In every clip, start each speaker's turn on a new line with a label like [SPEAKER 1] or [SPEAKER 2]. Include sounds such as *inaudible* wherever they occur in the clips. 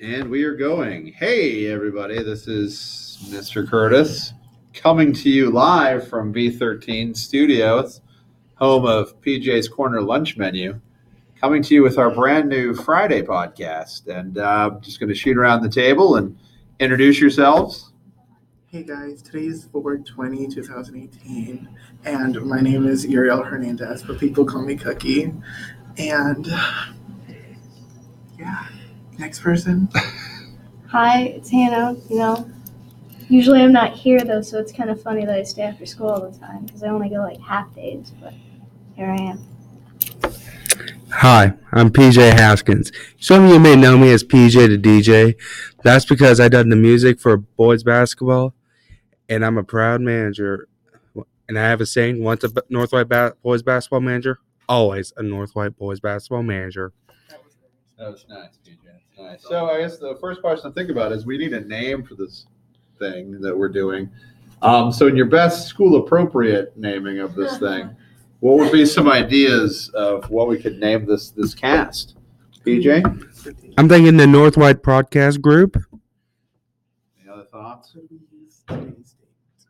[SPEAKER 1] And we are going. Hey, everybody, this is Mr. Curtis coming to you live from B13 Studios, home of PJ's Corner Lunch Menu, coming to you with our brand new Friday podcast. And uh, I'm just going to shoot around the table and introduce yourselves.
[SPEAKER 2] Hey guys, today is February 20, 2018, and my name is Uriel Hernandez, but people call me Cookie. And yeah, next person.
[SPEAKER 3] Hi, it's Hannah. You know, usually I'm not here though, so it's kind of funny that I stay after school all the time because I only go like half days, but here I am.
[SPEAKER 4] Hi, I'm PJ Haskins. Some of you may know me as PJ the DJ. That's because I done the music for boys basketball, and I'm a proud manager. And I have a saying: once a b- North White ba- boys basketball manager, always a North White boys basketball manager.
[SPEAKER 1] That was Oh, nice, PJ. That's Nice. So I guess the first question to think about is we need a name for this thing that we're doing. Um, so in your best school appropriate naming of this thing, what would be some ideas of what we could name this this cast? PJ,
[SPEAKER 2] Hmm.
[SPEAKER 4] I'm thinking the North White Podcast Group.
[SPEAKER 1] any other
[SPEAKER 2] *laughs*
[SPEAKER 1] thoughts?
[SPEAKER 2] I'm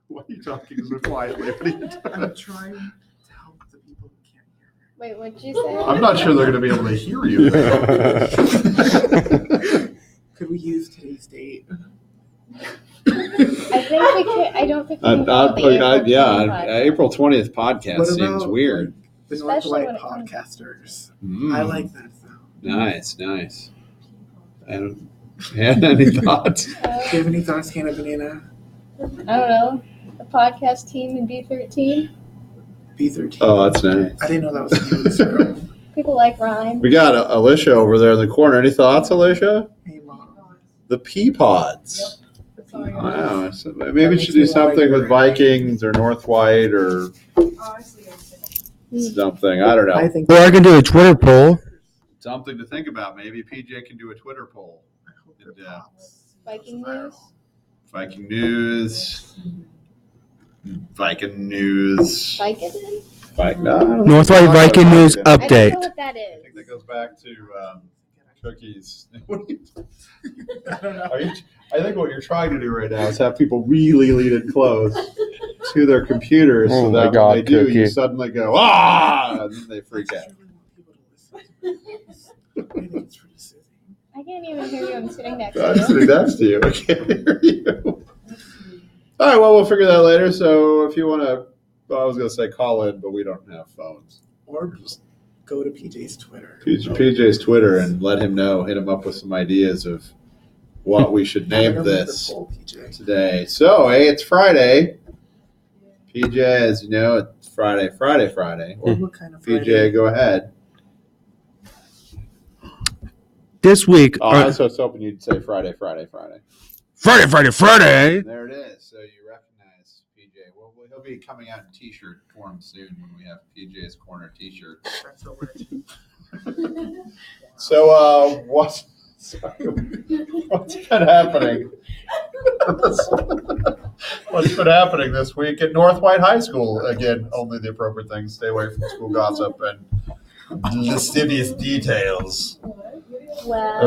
[SPEAKER 1] Why are you talking so quietly? What are *laughs* you doing?
[SPEAKER 2] trying to help the people who can't hear.
[SPEAKER 3] Wait, what'd you
[SPEAKER 2] say?
[SPEAKER 1] I'm not sure they're going to be able *laughs* to hear you. Uh,
[SPEAKER 2] Could we use today's date?
[SPEAKER 3] I think we could. I don't think
[SPEAKER 1] I, uh, I, I, yeah, April twentieth podcast
[SPEAKER 2] What
[SPEAKER 1] seems
[SPEAKER 2] about,
[SPEAKER 1] weird.
[SPEAKER 2] The North
[SPEAKER 3] Especially
[SPEAKER 2] White
[SPEAKER 3] when it comes-
[SPEAKER 2] podcasters.
[SPEAKER 1] Mm.
[SPEAKER 2] I like that sound.
[SPEAKER 1] Nice, nice. I don't *laughs* had any
[SPEAKER 3] *laughs*
[SPEAKER 1] thoughts.
[SPEAKER 2] Do you have any thoughts, Hannah Banana?
[SPEAKER 3] I don't know. The podcast team in B13.
[SPEAKER 2] B13.
[SPEAKER 1] Oh, that's nice.
[SPEAKER 2] I didn't
[SPEAKER 1] *laughs*
[SPEAKER 2] know that was the name of this room.
[SPEAKER 3] People like rhyme.
[SPEAKER 1] We got uh, Alicia over there in the corner. Any thoughts, Alicia?
[SPEAKER 2] Hey, Mom.
[SPEAKER 1] The pea pods.
[SPEAKER 3] Sorry.
[SPEAKER 1] Wow. So maybe we
[SPEAKER 2] makes
[SPEAKER 1] should do
[SPEAKER 2] me wanna
[SPEAKER 1] something
[SPEAKER 2] go
[SPEAKER 1] with Vikings or North White or something. I don't
[SPEAKER 2] I
[SPEAKER 1] know.
[SPEAKER 2] think
[SPEAKER 4] Or I can do a Twitter poll.
[SPEAKER 1] Something to think about. Maybe PJ can do a Twitter poll.
[SPEAKER 2] I hope it
[SPEAKER 1] Yeah.
[SPEAKER 2] pops.
[SPEAKER 3] Viking
[SPEAKER 2] I don't
[SPEAKER 3] news.
[SPEAKER 1] Viking news. Viking news.
[SPEAKER 3] Vicodin?
[SPEAKER 1] Viking. no, I don't know.
[SPEAKER 4] North White Viking News uh,
[SPEAKER 1] I
[SPEAKER 3] I don't know
[SPEAKER 4] update.
[SPEAKER 3] what that is.
[SPEAKER 1] think that goes back to um, cookies. *laughs* What are you
[SPEAKER 2] know. I don't know.
[SPEAKER 1] Are you, I think what you're trying to do right now is have people really lean in close to their computers so
[SPEAKER 4] Oh my
[SPEAKER 1] that
[SPEAKER 4] God,
[SPEAKER 1] when they do, you
[SPEAKER 4] Cookie.
[SPEAKER 1] suddenly go, ah, and then they freak
[SPEAKER 2] I
[SPEAKER 1] out.
[SPEAKER 2] just really want people to listen to this. I think it's pretty silly.
[SPEAKER 3] I can't even hear you. I'm sitting next
[SPEAKER 1] I'm
[SPEAKER 3] to you.
[SPEAKER 1] sitting next to you. I can't hear you. All right, well, we'll figure that later. So if you want to, well, I was going to say call in, but we don't have phones.
[SPEAKER 2] Or just go to PJ's Twitter.
[SPEAKER 1] PJ, PJ's Twitter and let him know, hit him up with some ideas of what we should
[SPEAKER 2] I don't
[SPEAKER 1] name
[SPEAKER 2] know the
[SPEAKER 1] this.
[SPEAKER 2] poll, PJ.
[SPEAKER 1] today. So, hey, it's Friday. PJ, as you know, it's Friday, Friday, Friday.
[SPEAKER 2] Or what kind of
[SPEAKER 1] PJ, go ahead.
[SPEAKER 4] This week,
[SPEAKER 1] Oh,
[SPEAKER 4] or-
[SPEAKER 1] I was just hoping you'd say Friday, Friday, Friday.
[SPEAKER 4] Friday, Friday, Friday.
[SPEAKER 1] There it is. So you recognize PJ. Well, he'll be coming out in t-shirt form soon when we have PJ's Corner t-shirt.
[SPEAKER 2] That's the word.
[SPEAKER 1] So, uh, what's sorry, what's been happening? *laughs* what's been happening this week at North White High School? Again, Oh, only the appropriate things. Stay away from school gossip and lascivious details.
[SPEAKER 3] Well,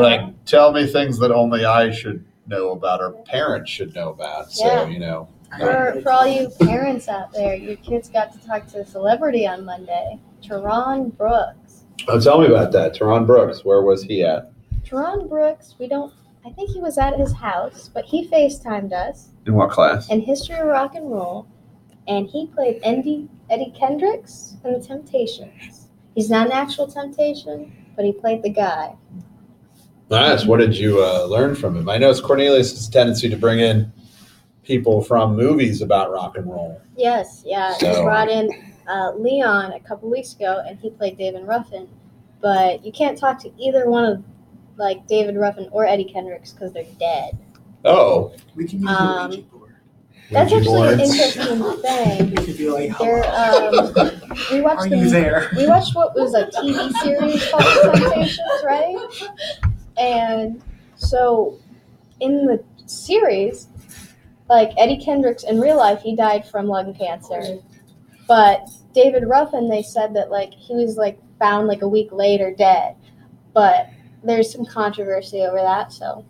[SPEAKER 1] *laughs* Like, tell me things that only I should know about or parents should know about. So
[SPEAKER 3] Yeah.
[SPEAKER 1] you know,
[SPEAKER 3] For, for all you parents out there, your kids got to talk to a celebrity on Monday, Teron Brooks.
[SPEAKER 1] oh, tell me about that. Teron Brooks, where was he at?
[SPEAKER 3] Teron Brooks, we don't, I think he was at his house, but he FaceTimed us
[SPEAKER 1] In what class?
[SPEAKER 3] in History of Rock and Roll, and he played Andy, Eddie Kendricks and the Temptations. He's not an actual Temptation, but he played the guy.
[SPEAKER 1] Nice. What did you uh, learn from him? I know it's Cornelius' tendency to bring in people from movies about rock and roll.
[SPEAKER 3] Yes, yeah. He
[SPEAKER 1] So-
[SPEAKER 3] brought in uh, Leon a couple weeks ago, and he played David Ruffin. But you can't talk to either one of like David Ruffin or Eddie Kendricks because they're dead.
[SPEAKER 1] Oh,
[SPEAKER 2] We can use the
[SPEAKER 3] Um,
[SPEAKER 2] Ouija board.
[SPEAKER 3] That's
[SPEAKER 1] Ouija
[SPEAKER 3] actually an
[SPEAKER 1] boards.
[SPEAKER 3] interesting
[SPEAKER 2] We
[SPEAKER 3] thing.
[SPEAKER 2] could be like,
[SPEAKER 3] They're,
[SPEAKER 2] hello,
[SPEAKER 3] um, we
[SPEAKER 2] are
[SPEAKER 3] watched
[SPEAKER 2] you
[SPEAKER 3] the,
[SPEAKER 2] there?
[SPEAKER 3] we watched what was a TV series called The Temptations, right? And so in the series, like Eddie Kendricks in real life, he died from lung cancer. But David Ruffin, they said that like he was like found like a week later dead. But there's some controversy over that, so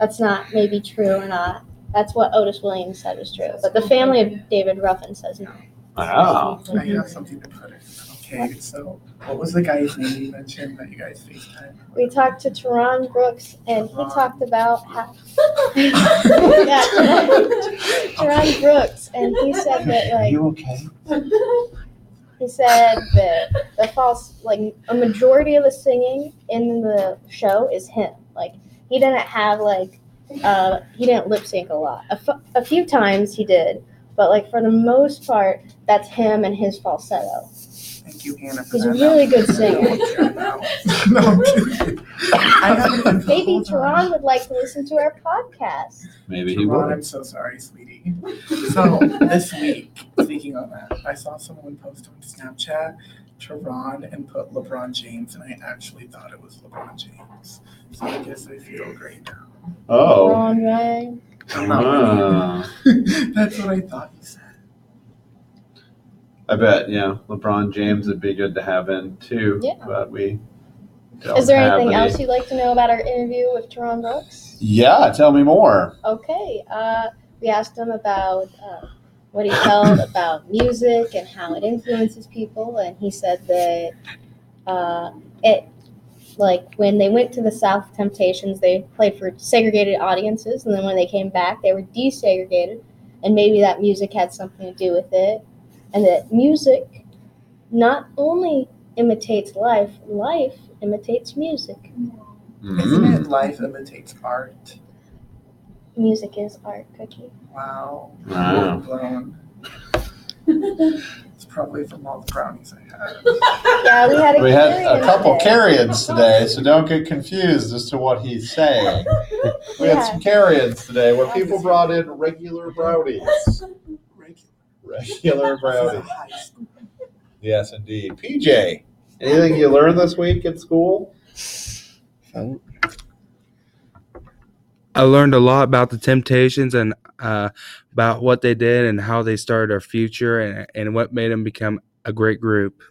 [SPEAKER 3] that's not maybe true or not. That's what Otis Williams said was true, but the family of David Ruffin says no.
[SPEAKER 1] Wow.
[SPEAKER 2] *laughs* I have something to put in. Okay, so what was the guy's name you mentioned that you guys FaceTime?
[SPEAKER 3] We talked to Teron Brooks, and he
[SPEAKER 2] Teron.
[SPEAKER 3] talked about how. *laughs* Yeah, Teron Teron Brooks, and he said that like
[SPEAKER 1] okay? *laughs*
[SPEAKER 3] he said that the false like a majority of the singing in the show is him. Like he didn't have like uh he didn't lip sync a lot. A fu- a few times he did, but like for the most part, that's him and his falsetto.
[SPEAKER 2] Thank you, Hannah. for
[SPEAKER 3] He's a
[SPEAKER 2] that. *laughs*
[SPEAKER 3] really good singer.
[SPEAKER 2] No, I'm kidding. I haven't even-
[SPEAKER 3] Maybe
[SPEAKER 2] hold on.
[SPEAKER 3] Teron would like to listen to our podcast.
[SPEAKER 1] Maybe he
[SPEAKER 2] Ron,
[SPEAKER 1] will.
[SPEAKER 2] I'm so sorry, sweetie. So this week, speaking of that, I saw someone post on Snapchat Teron and put LeBron James, and I actually thought it was LeBron James. So I guess I feel great now.
[SPEAKER 1] Oh.
[SPEAKER 3] Wrong, right?
[SPEAKER 2] I'm not
[SPEAKER 1] Ah.
[SPEAKER 2] really- *laughs* That's what I thought he said.
[SPEAKER 1] I bet, yeah. LeBron James would be good to have in too.
[SPEAKER 3] Yeah.
[SPEAKER 1] But we don't
[SPEAKER 3] Is there
[SPEAKER 1] have
[SPEAKER 3] anything
[SPEAKER 1] any.
[SPEAKER 3] else you'd like to know about our interview with Teron Brooks?
[SPEAKER 1] Yeah, tell me more.
[SPEAKER 3] Okay, uh, we asked him about uh, what
[SPEAKER 1] *coughs*
[SPEAKER 3] he felt about music and how it influences people, and he said that uh, it, like when they went to the South Temptations, they played for segregated audiences, and then when they came back, they were desegregated, and maybe that music had something to do with it, and that music not only imitates life, life imitates music.
[SPEAKER 2] Isn't
[SPEAKER 1] Mm.
[SPEAKER 2] it life imitates art?
[SPEAKER 3] Music is art, Cookie.
[SPEAKER 2] Wow.
[SPEAKER 1] Wow.
[SPEAKER 2] Mind blown. It's probably from all the brownies I had.
[SPEAKER 3] Yeah, we had a
[SPEAKER 1] We had a
[SPEAKER 3] carry-in
[SPEAKER 1] couple
[SPEAKER 3] today.
[SPEAKER 1] carry-ins today, so don't get confused as to what he's saying. We had some carry-ins today where people brought in regular brownies.
[SPEAKER 2] Regular.
[SPEAKER 1] Regular brownies.
[SPEAKER 2] High school.
[SPEAKER 1] Yes, indeed. PJ, anything you learned this week at school?
[SPEAKER 4] I learned a lot about the Temptations and uh, about what they did and how they started our future and, and what made them become a great group.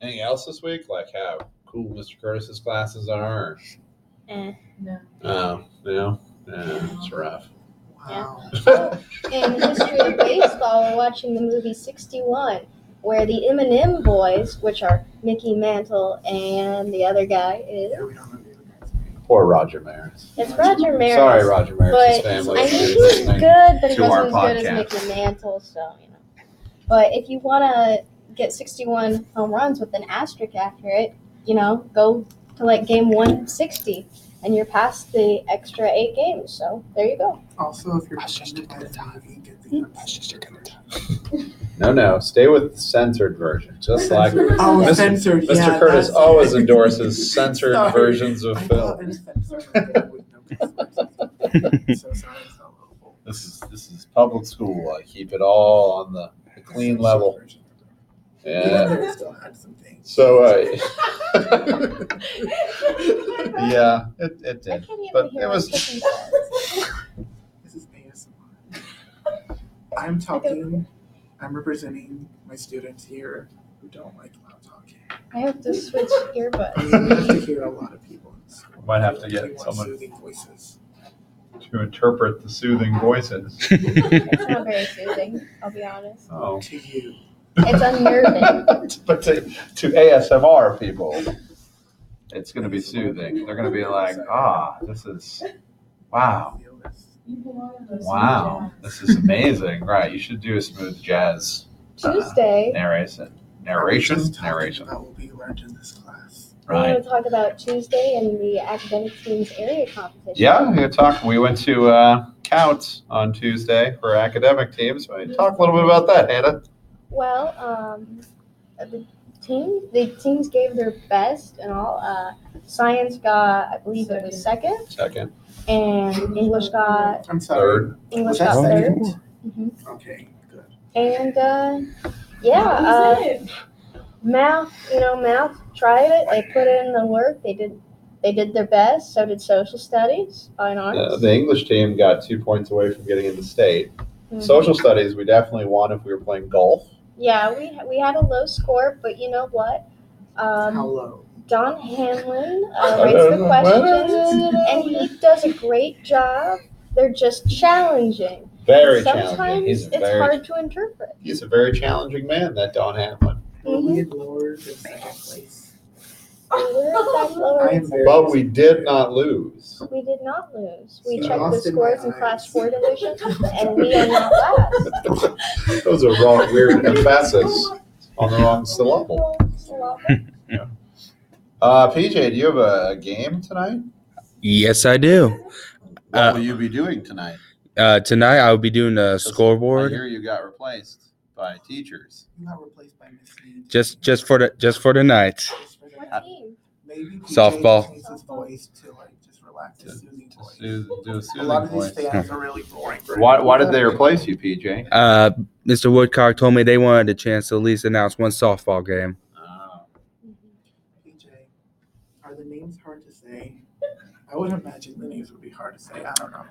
[SPEAKER 1] Anything else this week? Like how cool Mr. Curtis's classes are?
[SPEAKER 3] Eh.
[SPEAKER 5] No.
[SPEAKER 1] Oh, no. Yeah, uh, it's rough.
[SPEAKER 2] Wow.
[SPEAKER 3] In history of baseball, we're watching the movie 61, where the M&M boys, which are Mickey Mantle and the other guy is,
[SPEAKER 2] Yeah, we don't know the other guy's name.
[SPEAKER 1] Poor Roger Maris.
[SPEAKER 3] it's Roger Maris.
[SPEAKER 1] Sorry, Roger Maris'
[SPEAKER 3] But
[SPEAKER 1] family.
[SPEAKER 3] I
[SPEAKER 1] if
[SPEAKER 3] mean, he
[SPEAKER 1] you're
[SPEAKER 3] was
[SPEAKER 1] listening.
[SPEAKER 3] good, but he
[SPEAKER 1] To our
[SPEAKER 3] wasn't as good as
[SPEAKER 1] podcast.
[SPEAKER 3] Mickey Mantle, so, you know. But if you want to get 61 home runs with an asterisk after it, you know, go to like game 160, and you're past the extra eight games, so there you go.
[SPEAKER 2] Also, if you're offended by the movie, get the
[SPEAKER 1] No, no. Stay with the censored version, just like
[SPEAKER 2] Oh,
[SPEAKER 1] Mr.
[SPEAKER 2] censored.
[SPEAKER 1] Mr.
[SPEAKER 2] *laughs* yeah,
[SPEAKER 1] Curtis
[SPEAKER 2] that's-
[SPEAKER 1] always
[SPEAKER 2] *laughs*
[SPEAKER 1] endorses censored
[SPEAKER 2] Sorry.
[SPEAKER 1] versions of
[SPEAKER 2] I thought it
[SPEAKER 1] film.
[SPEAKER 2] was censored with no
[SPEAKER 1] *laughs*
[SPEAKER 2] consequences. So sorry, it's not local.
[SPEAKER 1] This is this is public school. I keep it all on the, the clean level. Yeah.
[SPEAKER 2] They still had some things.
[SPEAKER 1] So, uh,
[SPEAKER 3] *laughs*
[SPEAKER 1] *laughs* yeah, it, it
[SPEAKER 3] I
[SPEAKER 1] did.
[SPEAKER 3] can't even
[SPEAKER 1] But
[SPEAKER 3] hear
[SPEAKER 1] it
[SPEAKER 3] what
[SPEAKER 1] was-
[SPEAKER 3] Cookie said.
[SPEAKER 2] This is ASMR. I'm talking, I'm representing my students here who don't like loud talking.
[SPEAKER 3] I have to switch earbuds.
[SPEAKER 2] We have to hear a lot of people in school.
[SPEAKER 1] Might have to
[SPEAKER 2] They
[SPEAKER 1] get
[SPEAKER 2] want
[SPEAKER 1] someone-
[SPEAKER 2] Soothing voices.
[SPEAKER 1] To interpret the soothing voices.
[SPEAKER 3] It's not very soothing, I'll be honest.
[SPEAKER 1] Oh.
[SPEAKER 2] To you.
[SPEAKER 3] It's unnerving.
[SPEAKER 1] *laughs* but to, to ASMR people, it's going to be soothing. They're going to be like, ah, this is, wow,
[SPEAKER 2] Feel this.
[SPEAKER 1] wow, this is amazing. Right. You should do a smooth jazz uh,
[SPEAKER 3] Tuesday,
[SPEAKER 1] narration. Narration?
[SPEAKER 2] Just talking
[SPEAKER 1] Narration.
[SPEAKER 2] About what we learned in this class.
[SPEAKER 3] we're going
[SPEAKER 1] Right.
[SPEAKER 3] to talk about Tuesday and the academic team's area competition.
[SPEAKER 1] Yeah, we talk. We went to uh, Couts on Tuesday for academic teams. We talk a little bit about that, Hannah.
[SPEAKER 3] Well, um, the team, the teams gave their best and all. Uh, science got, I believe it was second,
[SPEAKER 1] Second.
[SPEAKER 3] and English got,
[SPEAKER 2] I'm sorry.
[SPEAKER 1] Third.
[SPEAKER 2] Was
[SPEAKER 3] English
[SPEAKER 2] that
[SPEAKER 3] got third.
[SPEAKER 2] second?
[SPEAKER 3] Mhm.
[SPEAKER 2] Okay, good.
[SPEAKER 3] And, uh, yeah, uh, math you know math tried it they put in the work they did they did their best so did social studies fine arts
[SPEAKER 1] Uh, the English team got two points away from getting into state.
[SPEAKER 3] Mhm.
[SPEAKER 1] Social studies, we definitely won if we were playing golf.
[SPEAKER 3] yeah we we had a low score but you know what
[SPEAKER 2] How
[SPEAKER 3] um
[SPEAKER 2] low?
[SPEAKER 3] Don Hanlon uh, writes the questions, and he does a great job. They're just challenging.
[SPEAKER 1] Very challenging.
[SPEAKER 3] Sometimes
[SPEAKER 1] He's a
[SPEAKER 3] it's
[SPEAKER 1] very,
[SPEAKER 3] hard to interpret.
[SPEAKER 1] he's a very challenging man, that Don Hamlin.
[SPEAKER 3] mm-hmm.
[SPEAKER 2] Well, we ignored the second place.
[SPEAKER 3] And we're back
[SPEAKER 2] *laughs* I
[SPEAKER 3] lower.
[SPEAKER 2] am very.
[SPEAKER 1] But we did not lose.
[SPEAKER 3] We did not lose. We
[SPEAKER 1] So-
[SPEAKER 3] checked the
[SPEAKER 2] Lost in
[SPEAKER 3] scores
[SPEAKER 2] my
[SPEAKER 3] in class
[SPEAKER 2] eyes.
[SPEAKER 3] four division, and we
[SPEAKER 2] *laughs*
[SPEAKER 3] are not last.
[SPEAKER 1] Those are wrong, weird emphasis on the wrong syllable. Uh, PJ, do you have a game tonight?
[SPEAKER 4] *laughs* Yes, I do.
[SPEAKER 1] What
[SPEAKER 4] Uh,
[SPEAKER 1] will you be doing tonight?
[SPEAKER 4] Uh, tonight I'll be doing the
[SPEAKER 1] I
[SPEAKER 4] scoreboard
[SPEAKER 1] hear you got replaced by teachers.
[SPEAKER 2] I'm not replaced by Miss Lee.
[SPEAKER 4] just just for the just for tonight.
[SPEAKER 2] Just for the-
[SPEAKER 3] What team?
[SPEAKER 2] Maybe PJ
[SPEAKER 4] Softball.
[SPEAKER 2] changes his voice to like just relax his soothing
[SPEAKER 1] To
[SPEAKER 2] voice.
[SPEAKER 1] soo- do a
[SPEAKER 2] A
[SPEAKER 1] soothing
[SPEAKER 2] lot of these
[SPEAKER 1] voice. *laughs*
[SPEAKER 2] fans are really boring. right
[SPEAKER 1] Why,
[SPEAKER 2] now.
[SPEAKER 1] why did they replace you, PJ?
[SPEAKER 4] Uh, Mr. Woodcock told me they wanted a chance to at least announce one softball game.
[SPEAKER 1] Oh.
[SPEAKER 2] PJ, are the names hard to say? I would imagine the names would be hard to say. I don't know.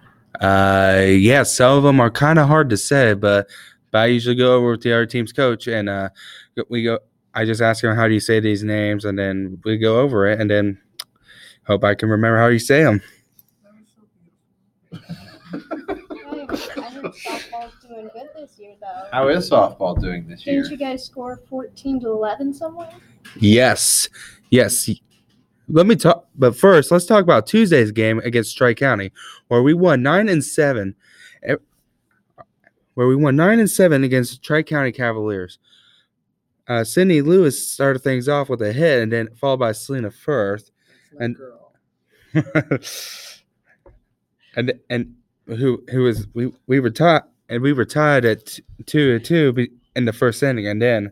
[SPEAKER 4] Uh, yeah, some of them are kind of hard to say, but, but I usually go over with the other team's coach and uh, go- we go. I just ask him how do you say these names, and then we go over it, and then hope I can remember how you say them.
[SPEAKER 2] That was so beautiful.
[SPEAKER 3] Hey, I heard softball's doing good this year, though.
[SPEAKER 1] How is softball doing this year?
[SPEAKER 3] Didn't you guys score 14 to 11 somewhere?
[SPEAKER 4] Yes, yes. Let me talk, but first, let's talk about Tuesday's game against Tri County, where we won nine and seven. eh, Where we won nine and seven against Tri County Cavaliers. Uh, Sydney Lewis started things off with a hit, and then followed by Selena Firth,
[SPEAKER 2] It's my
[SPEAKER 4] And-
[SPEAKER 2] girl.
[SPEAKER 4] *laughs* and and who who was we we were tied and we were tied at t- two to two be- in the first inning, and then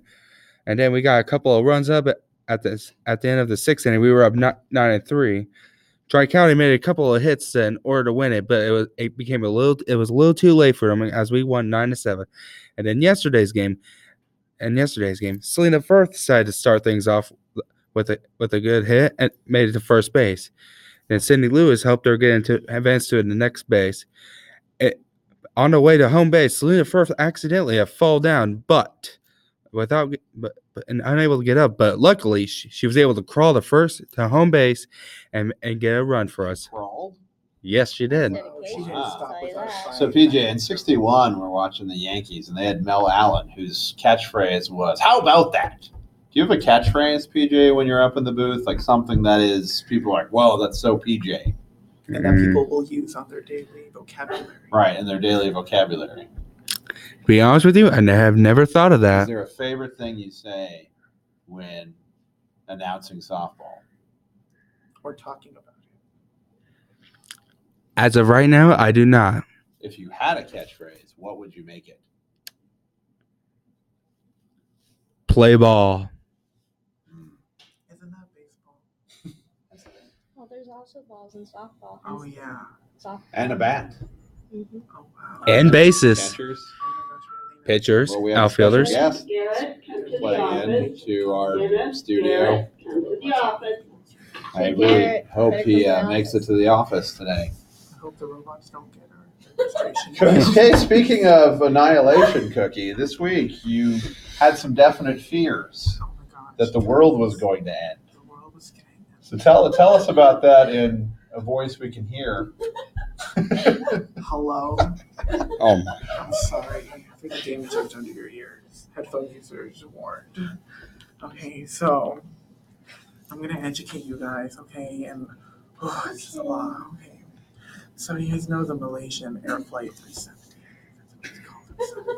[SPEAKER 4] and then we got a couple of runs up at, at this at the end of the sixth inning. We were up nine, nine and three. Tri County made a couple of hits in order to win it, but it was it became a little it was a little too late for them as we won nine to seven. And then yesterday's game, and yesterday's game, Selena Firth decided to start things off with a with a good hit and made it to first base. Then Sydney Lewis helped her get into advance to the next base. It, on the way to home base, Selena Firth accidentally a fall down, but without but, but and unable to get up. But luckily, she, she was able to crawl the first to home base, and and get a run for us.
[SPEAKER 1] Crawled?
[SPEAKER 4] Yes, she did.
[SPEAKER 2] Oh, she
[SPEAKER 3] Dedication,
[SPEAKER 2] didn't
[SPEAKER 1] Wow.
[SPEAKER 2] stop with
[SPEAKER 3] I'll tell you
[SPEAKER 2] our
[SPEAKER 3] that.
[SPEAKER 2] fight.
[SPEAKER 1] So PJ in '61, we're watching the Yankees, and they had Mel Allen, whose catchphrase was "How about that." Do you have a catchphrase, PJ, when you're up in the booth, like something that is people are like, "Whoa, that's so PJ,"
[SPEAKER 2] And that
[SPEAKER 1] Mm.
[SPEAKER 2] people will use on their daily vocabulary.
[SPEAKER 1] right, in their daily vocabulary?
[SPEAKER 4] Be honest with you, I ne- have never thought
[SPEAKER 1] Is
[SPEAKER 4] of that.
[SPEAKER 1] there a favorite thing you say when announcing softball?
[SPEAKER 2] We're talking about it.
[SPEAKER 4] As of right now, I do not.
[SPEAKER 1] If you had a catchphrase, what would you make it?
[SPEAKER 4] Play ball.
[SPEAKER 2] Isn't that baseball?
[SPEAKER 3] Well, there's also balls in softball.
[SPEAKER 2] Oh yeah.
[SPEAKER 3] Softball.
[SPEAKER 1] And a bat.
[SPEAKER 3] hmm
[SPEAKER 2] Oh wow.
[SPEAKER 4] And bases.
[SPEAKER 1] Catchers.
[SPEAKER 2] Pitch.
[SPEAKER 4] Pitchers,
[SPEAKER 1] Well, we have a special
[SPEAKER 4] outfielders.
[SPEAKER 1] guest
[SPEAKER 5] Garrett, come to the
[SPEAKER 1] playing
[SPEAKER 5] office.
[SPEAKER 1] into our
[SPEAKER 5] Garrett,
[SPEAKER 1] studio.
[SPEAKER 5] Garrett, Come to the office.
[SPEAKER 1] I
[SPEAKER 3] Take
[SPEAKER 1] really
[SPEAKER 3] care.
[SPEAKER 1] hope
[SPEAKER 3] Better
[SPEAKER 1] he
[SPEAKER 3] come
[SPEAKER 1] uh,
[SPEAKER 3] down.
[SPEAKER 1] makes it to the office today.
[SPEAKER 2] I hope the robots don't get *laughs* our registration.
[SPEAKER 1] Okay, speaking of Annihilation Cookie, this week you had some definite fears
[SPEAKER 2] oh my gosh.
[SPEAKER 1] that the world was going to end.
[SPEAKER 2] The world was getting them.
[SPEAKER 1] So tell, tell us about that in a voice we can hear. *laughs*
[SPEAKER 2] Hello.
[SPEAKER 4] Oh *laughs* my.
[SPEAKER 2] I'm sorry. I think the damage I've done to your ears. Headphone users warned. Okay, so I'm gonna educate you guys, okay? And oh, this is a lot. Okay. So you guys know the Malaysian Air Flight 370. That's what it's called.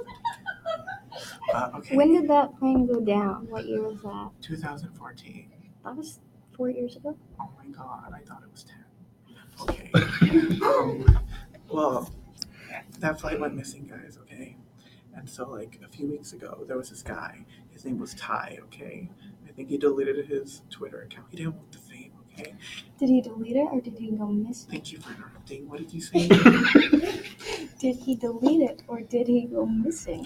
[SPEAKER 2] 370. Uh, okay.
[SPEAKER 3] When did that plane go down? What year was that?
[SPEAKER 2] 2014.
[SPEAKER 3] That was four years ago.
[SPEAKER 2] Oh my god, I thought it was 10. Okay. um, well, that flight went missing, guys, okay? And so, like, a few weeks ago, there was this guy. His name was Ty, okay? I think he deleted his Twitter account. He didn't want the fame, okay?
[SPEAKER 3] Did he delete it or did he go missing?
[SPEAKER 2] Thank you for interrupting. What did you say?
[SPEAKER 3] Did he delete it or did he go missing?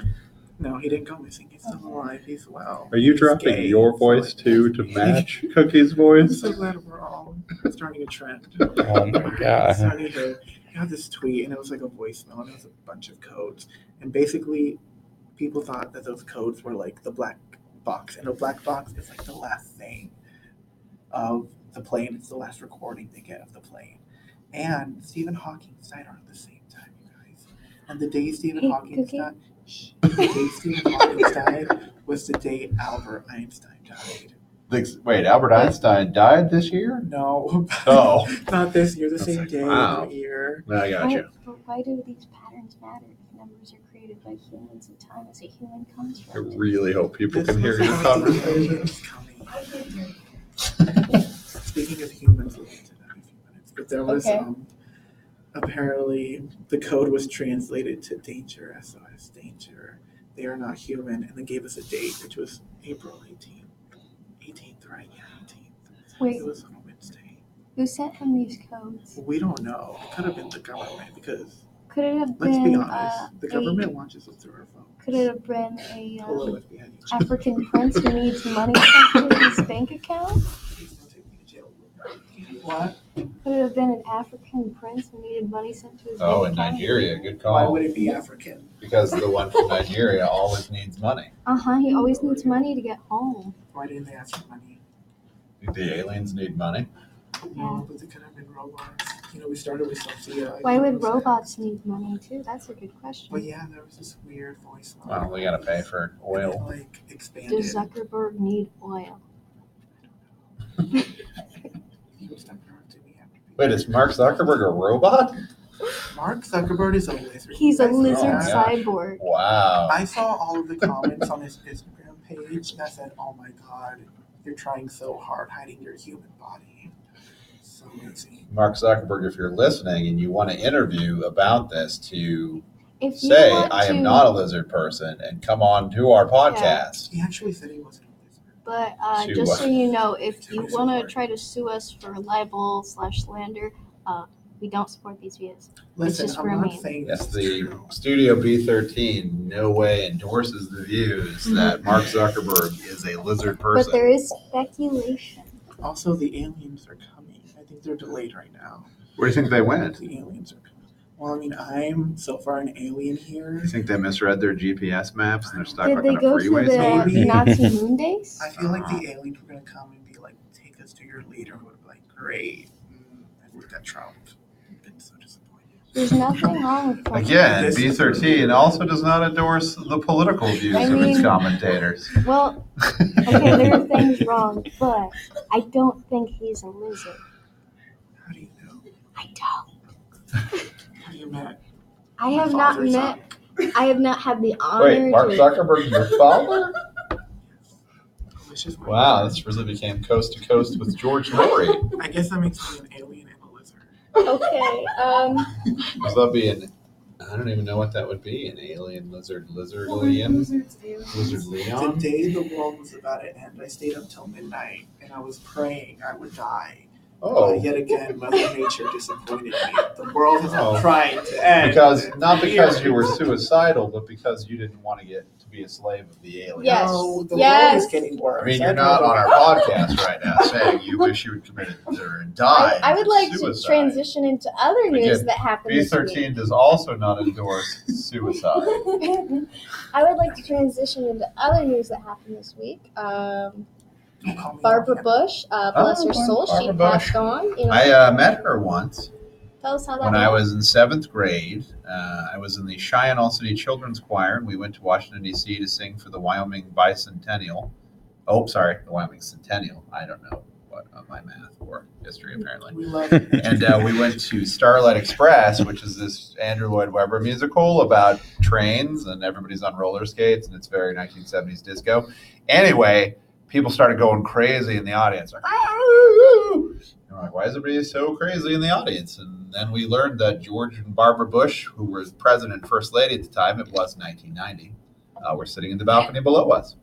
[SPEAKER 2] no, he didn't go missing. He's still alive. He's well.
[SPEAKER 1] Are you
[SPEAKER 2] He's
[SPEAKER 1] dropping
[SPEAKER 2] gay.
[SPEAKER 1] your voice too to match Cookie's
[SPEAKER 2] I'm
[SPEAKER 1] voice?
[SPEAKER 2] so glad we're all starting a trend.
[SPEAKER 4] *laughs* Oh my god.
[SPEAKER 2] So anyway, I got this tweet and it was like a voicemail and it was a bunch of codes. And basically, people thought that those codes were like the black box. And a black box is like the last thing of the plane. It's the last recording they get of the plane. And Stephen Hawking died around the same time, you guys. And the day Stephen
[SPEAKER 3] Hey,
[SPEAKER 2] Hawking
[SPEAKER 3] Cookie.
[SPEAKER 2] died, shh, the day Stephen Hawking died was the day Albert Einstein died.
[SPEAKER 1] Thanks- Wait, Albert Einstein died this year?
[SPEAKER 2] No, *laughs*
[SPEAKER 1] Oh.
[SPEAKER 2] not this year. The
[SPEAKER 1] That's
[SPEAKER 2] same
[SPEAKER 1] like,
[SPEAKER 2] day,
[SPEAKER 1] wow.
[SPEAKER 2] different year.
[SPEAKER 1] I got you.
[SPEAKER 6] But why do these patterns matter if numbers are created by humans and time is a human
[SPEAKER 1] I
[SPEAKER 6] construct?
[SPEAKER 1] really hope people
[SPEAKER 2] This
[SPEAKER 1] can hear
[SPEAKER 2] was
[SPEAKER 1] your
[SPEAKER 2] how
[SPEAKER 1] conversation.
[SPEAKER 2] civilization was coming. Speaking of humans, we'll get to that in a few minutes. But there was
[SPEAKER 3] Okay.
[SPEAKER 2] um, apparently the code was translated to danger, SOS danger. They are not human, and they gave us a date, which was April 18th. 18th, right? Yeah, 18th.
[SPEAKER 6] Wait,
[SPEAKER 2] It was on a Wednesday.
[SPEAKER 6] who sent him these codes?
[SPEAKER 2] We don't know. It could have been the government because
[SPEAKER 6] Could it have
[SPEAKER 2] let's be
[SPEAKER 6] been,
[SPEAKER 2] honest,
[SPEAKER 6] uh,
[SPEAKER 2] the
[SPEAKER 6] a-
[SPEAKER 2] government watches us through our phones.
[SPEAKER 6] could it have been a
[SPEAKER 2] Hello,
[SPEAKER 6] um,
[SPEAKER 2] FBI. agent.
[SPEAKER 6] African prince who needs money sent to his bank account?
[SPEAKER 2] Please don't take me to jail. What?
[SPEAKER 6] Could it have been an African prince who needed money sent to his
[SPEAKER 1] Oh, in
[SPEAKER 6] bank account?
[SPEAKER 1] Nigeria, good
[SPEAKER 2] Why
[SPEAKER 1] call.
[SPEAKER 2] would it be African?
[SPEAKER 1] Because the one from Nigeria always needs money.
[SPEAKER 6] Uh huh. He always needs money to get home.
[SPEAKER 2] Why didn't they ask for money?
[SPEAKER 1] The aliens need money.
[SPEAKER 2] No, but they could have been robots. You know, we started with Sophia. I
[SPEAKER 6] Why
[SPEAKER 2] think it
[SPEAKER 6] would
[SPEAKER 2] was like-
[SPEAKER 6] robots need money too? That's a good
[SPEAKER 2] Well,
[SPEAKER 6] question.
[SPEAKER 2] yeah, there was this weird voice. line.
[SPEAKER 1] Well, we gotta pay for
[SPEAKER 2] And it,
[SPEAKER 1] oil.
[SPEAKER 2] Like expanded.
[SPEAKER 6] Does Zuckerberg need oil?
[SPEAKER 2] He was not correcting me after being-
[SPEAKER 1] Wait, is Mark Zuckerberg a robot?
[SPEAKER 2] Mark Zuckerberg is a lizard.
[SPEAKER 6] He's a
[SPEAKER 2] I saw
[SPEAKER 6] lizard
[SPEAKER 2] that.
[SPEAKER 1] yeah.
[SPEAKER 6] cyborg.
[SPEAKER 1] Wow.
[SPEAKER 2] I saw all of the comments on his Instagram page that said, "Oh my God, you're trying so hard hiding your human body." So lazy.
[SPEAKER 1] Mark Zuckerberg, if you're listening and you want to interview about this, to
[SPEAKER 6] If you
[SPEAKER 1] say,
[SPEAKER 6] want
[SPEAKER 1] I
[SPEAKER 6] to,
[SPEAKER 1] am not a lizard person and come on to our podcast.
[SPEAKER 2] He actually said he wasn't a lizard.
[SPEAKER 6] But uh,
[SPEAKER 1] Sue
[SPEAKER 6] just
[SPEAKER 1] us.
[SPEAKER 6] so you know, if you
[SPEAKER 2] Sue us
[SPEAKER 6] want
[SPEAKER 2] hard.
[SPEAKER 6] to try to sue us for libel slash slander, uh, we don't support these views.
[SPEAKER 2] Listen,
[SPEAKER 6] just
[SPEAKER 2] I'm not
[SPEAKER 6] roommate.
[SPEAKER 2] saying
[SPEAKER 1] Yes,
[SPEAKER 2] this is
[SPEAKER 1] the
[SPEAKER 2] true.
[SPEAKER 1] Studio B13 no way endorses the views that Mark Zuckerberg is a lizard
[SPEAKER 6] But
[SPEAKER 1] person.
[SPEAKER 6] there is speculation.
[SPEAKER 2] Also, the aliens are coming. I think they're delayed right now.
[SPEAKER 1] Where do you think they went?
[SPEAKER 2] The aliens are coming. Well, I mean, I'm so far an alien here.
[SPEAKER 1] You think they misread their GPS maps and they're stuck
[SPEAKER 6] Did
[SPEAKER 1] like
[SPEAKER 6] they
[SPEAKER 1] on a
[SPEAKER 6] go
[SPEAKER 1] freeway?
[SPEAKER 6] to
[SPEAKER 1] somewhere?
[SPEAKER 6] the
[SPEAKER 2] Maybe.
[SPEAKER 6] Nazi
[SPEAKER 1] *laughs*
[SPEAKER 6] moon days?
[SPEAKER 2] I feel like
[SPEAKER 1] Ah.
[SPEAKER 2] the aliens were gonna come and be like, "Take us to your leader." I would have been like, "Great." Mm, I would have got trolled. I've been so disappointed.
[SPEAKER 6] There's nothing wrong with that.
[SPEAKER 1] Again, B13 also does not endorse the political views
[SPEAKER 6] I
[SPEAKER 1] of its
[SPEAKER 6] mean-
[SPEAKER 1] commentators.
[SPEAKER 6] Well,
[SPEAKER 1] *laughs*
[SPEAKER 6] okay, there are things wrong, but I don't think he's a lizard.
[SPEAKER 2] How do you know?
[SPEAKER 6] I don't.
[SPEAKER 2] How do you met?
[SPEAKER 3] I
[SPEAKER 2] My
[SPEAKER 3] have not
[SPEAKER 2] father's
[SPEAKER 3] met. I have not had the honor.
[SPEAKER 1] Wait, Mark
[SPEAKER 3] to-
[SPEAKER 1] Zuckerberg, your father?
[SPEAKER 2] son, Which is why-
[SPEAKER 1] Wow, this really became coast to coast with George Lori.
[SPEAKER 2] I guess that makes me an alien and a lizard.
[SPEAKER 3] Okay. Um.
[SPEAKER 1] Does that be an? I don't even know what that would be. An alien, lizard, lizard, alien, lizard,
[SPEAKER 2] The
[SPEAKER 1] Leon.
[SPEAKER 2] day the world was about to end, I stayed up till midnight and I was praying I would die. But
[SPEAKER 1] Oh,
[SPEAKER 2] yet again, Mother Nature disappointed me. The world has
[SPEAKER 1] Oh.
[SPEAKER 2] been trying to end.
[SPEAKER 1] because not because you were suicidal, but because you didn't want to get to be a slave of the alien.
[SPEAKER 3] Yes.
[SPEAKER 2] No, the world
[SPEAKER 3] Yes.
[SPEAKER 2] is getting worse.
[SPEAKER 1] I mean, you're
[SPEAKER 2] know
[SPEAKER 1] not on
[SPEAKER 2] that.
[SPEAKER 1] our podcast right now saying you wish you had committed or died.
[SPEAKER 3] I, I would like to
[SPEAKER 1] Suicide.
[SPEAKER 3] transition into other news
[SPEAKER 1] Again,
[SPEAKER 3] that happened this week.
[SPEAKER 1] B13 does also not endorse suicide.
[SPEAKER 3] I would like to transition into other news that happened this week. Um,
[SPEAKER 2] Don't call me
[SPEAKER 3] Barbara
[SPEAKER 2] Mary.
[SPEAKER 3] Bush, uh, bless her
[SPEAKER 1] Oh, Barbara
[SPEAKER 3] soul, she
[SPEAKER 1] Bush.
[SPEAKER 3] passed on. You know,
[SPEAKER 1] I uh, met her once
[SPEAKER 3] tell us how that
[SPEAKER 1] when I
[SPEAKER 3] went.
[SPEAKER 1] was in seventh grade. Uh, I was in the Cheyenne All City Children's Choir, and we went to Washington, D.C. to sing for the Wyoming Bicentennial. Oh, sorry, the Wyoming Centennial. I don't know what uh, my math or history apparently. *laughs*
[SPEAKER 2] We love
[SPEAKER 1] and uh, we went to Starlight Express, which is this Andrew Lloyd Webber musical about trains and everybody's on roller skates and it's very 1970s disco. Anyway, people started going crazy in the audience. Like, "Ah, "Ooh!" and we're like, why is everybody so crazy in the audience? And then we learned that George and Barbara Bush, who was president and first lady at the time, it was 1990, uh, were sitting in the balcony below us.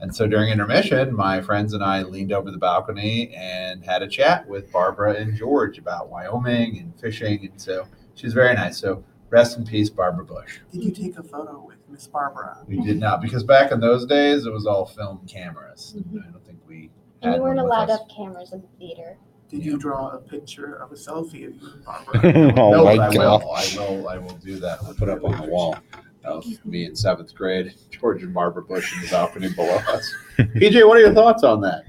[SPEAKER 1] And so during intermission, my friends and I leaned over the balcony and had a chat with Barbara and George about Wyoming and fishing. And so she's very nice. So rest in peace, Barbara Bush.
[SPEAKER 2] Did you take a photo with Miss Barbara?
[SPEAKER 1] We did not, because back in those days, it was all film cameras.
[SPEAKER 3] Mhm.
[SPEAKER 1] I don't think we.
[SPEAKER 3] and
[SPEAKER 1] had
[SPEAKER 3] we weren't
[SPEAKER 1] one with
[SPEAKER 3] allowed
[SPEAKER 1] us.
[SPEAKER 3] up cameras in the theater.
[SPEAKER 2] Did
[SPEAKER 1] Yeah.
[SPEAKER 2] you draw a picture of a selfie of you
[SPEAKER 1] *laughs*
[SPEAKER 2] and Barbara?
[SPEAKER 1] No,
[SPEAKER 4] oh my
[SPEAKER 1] but I
[SPEAKER 4] god.
[SPEAKER 1] will. I will. I will do that. I'll put up on the wall of me in seventh grade, *laughs* George and Barbara Bush in the balcony below us. PJ, what are your thoughts on that?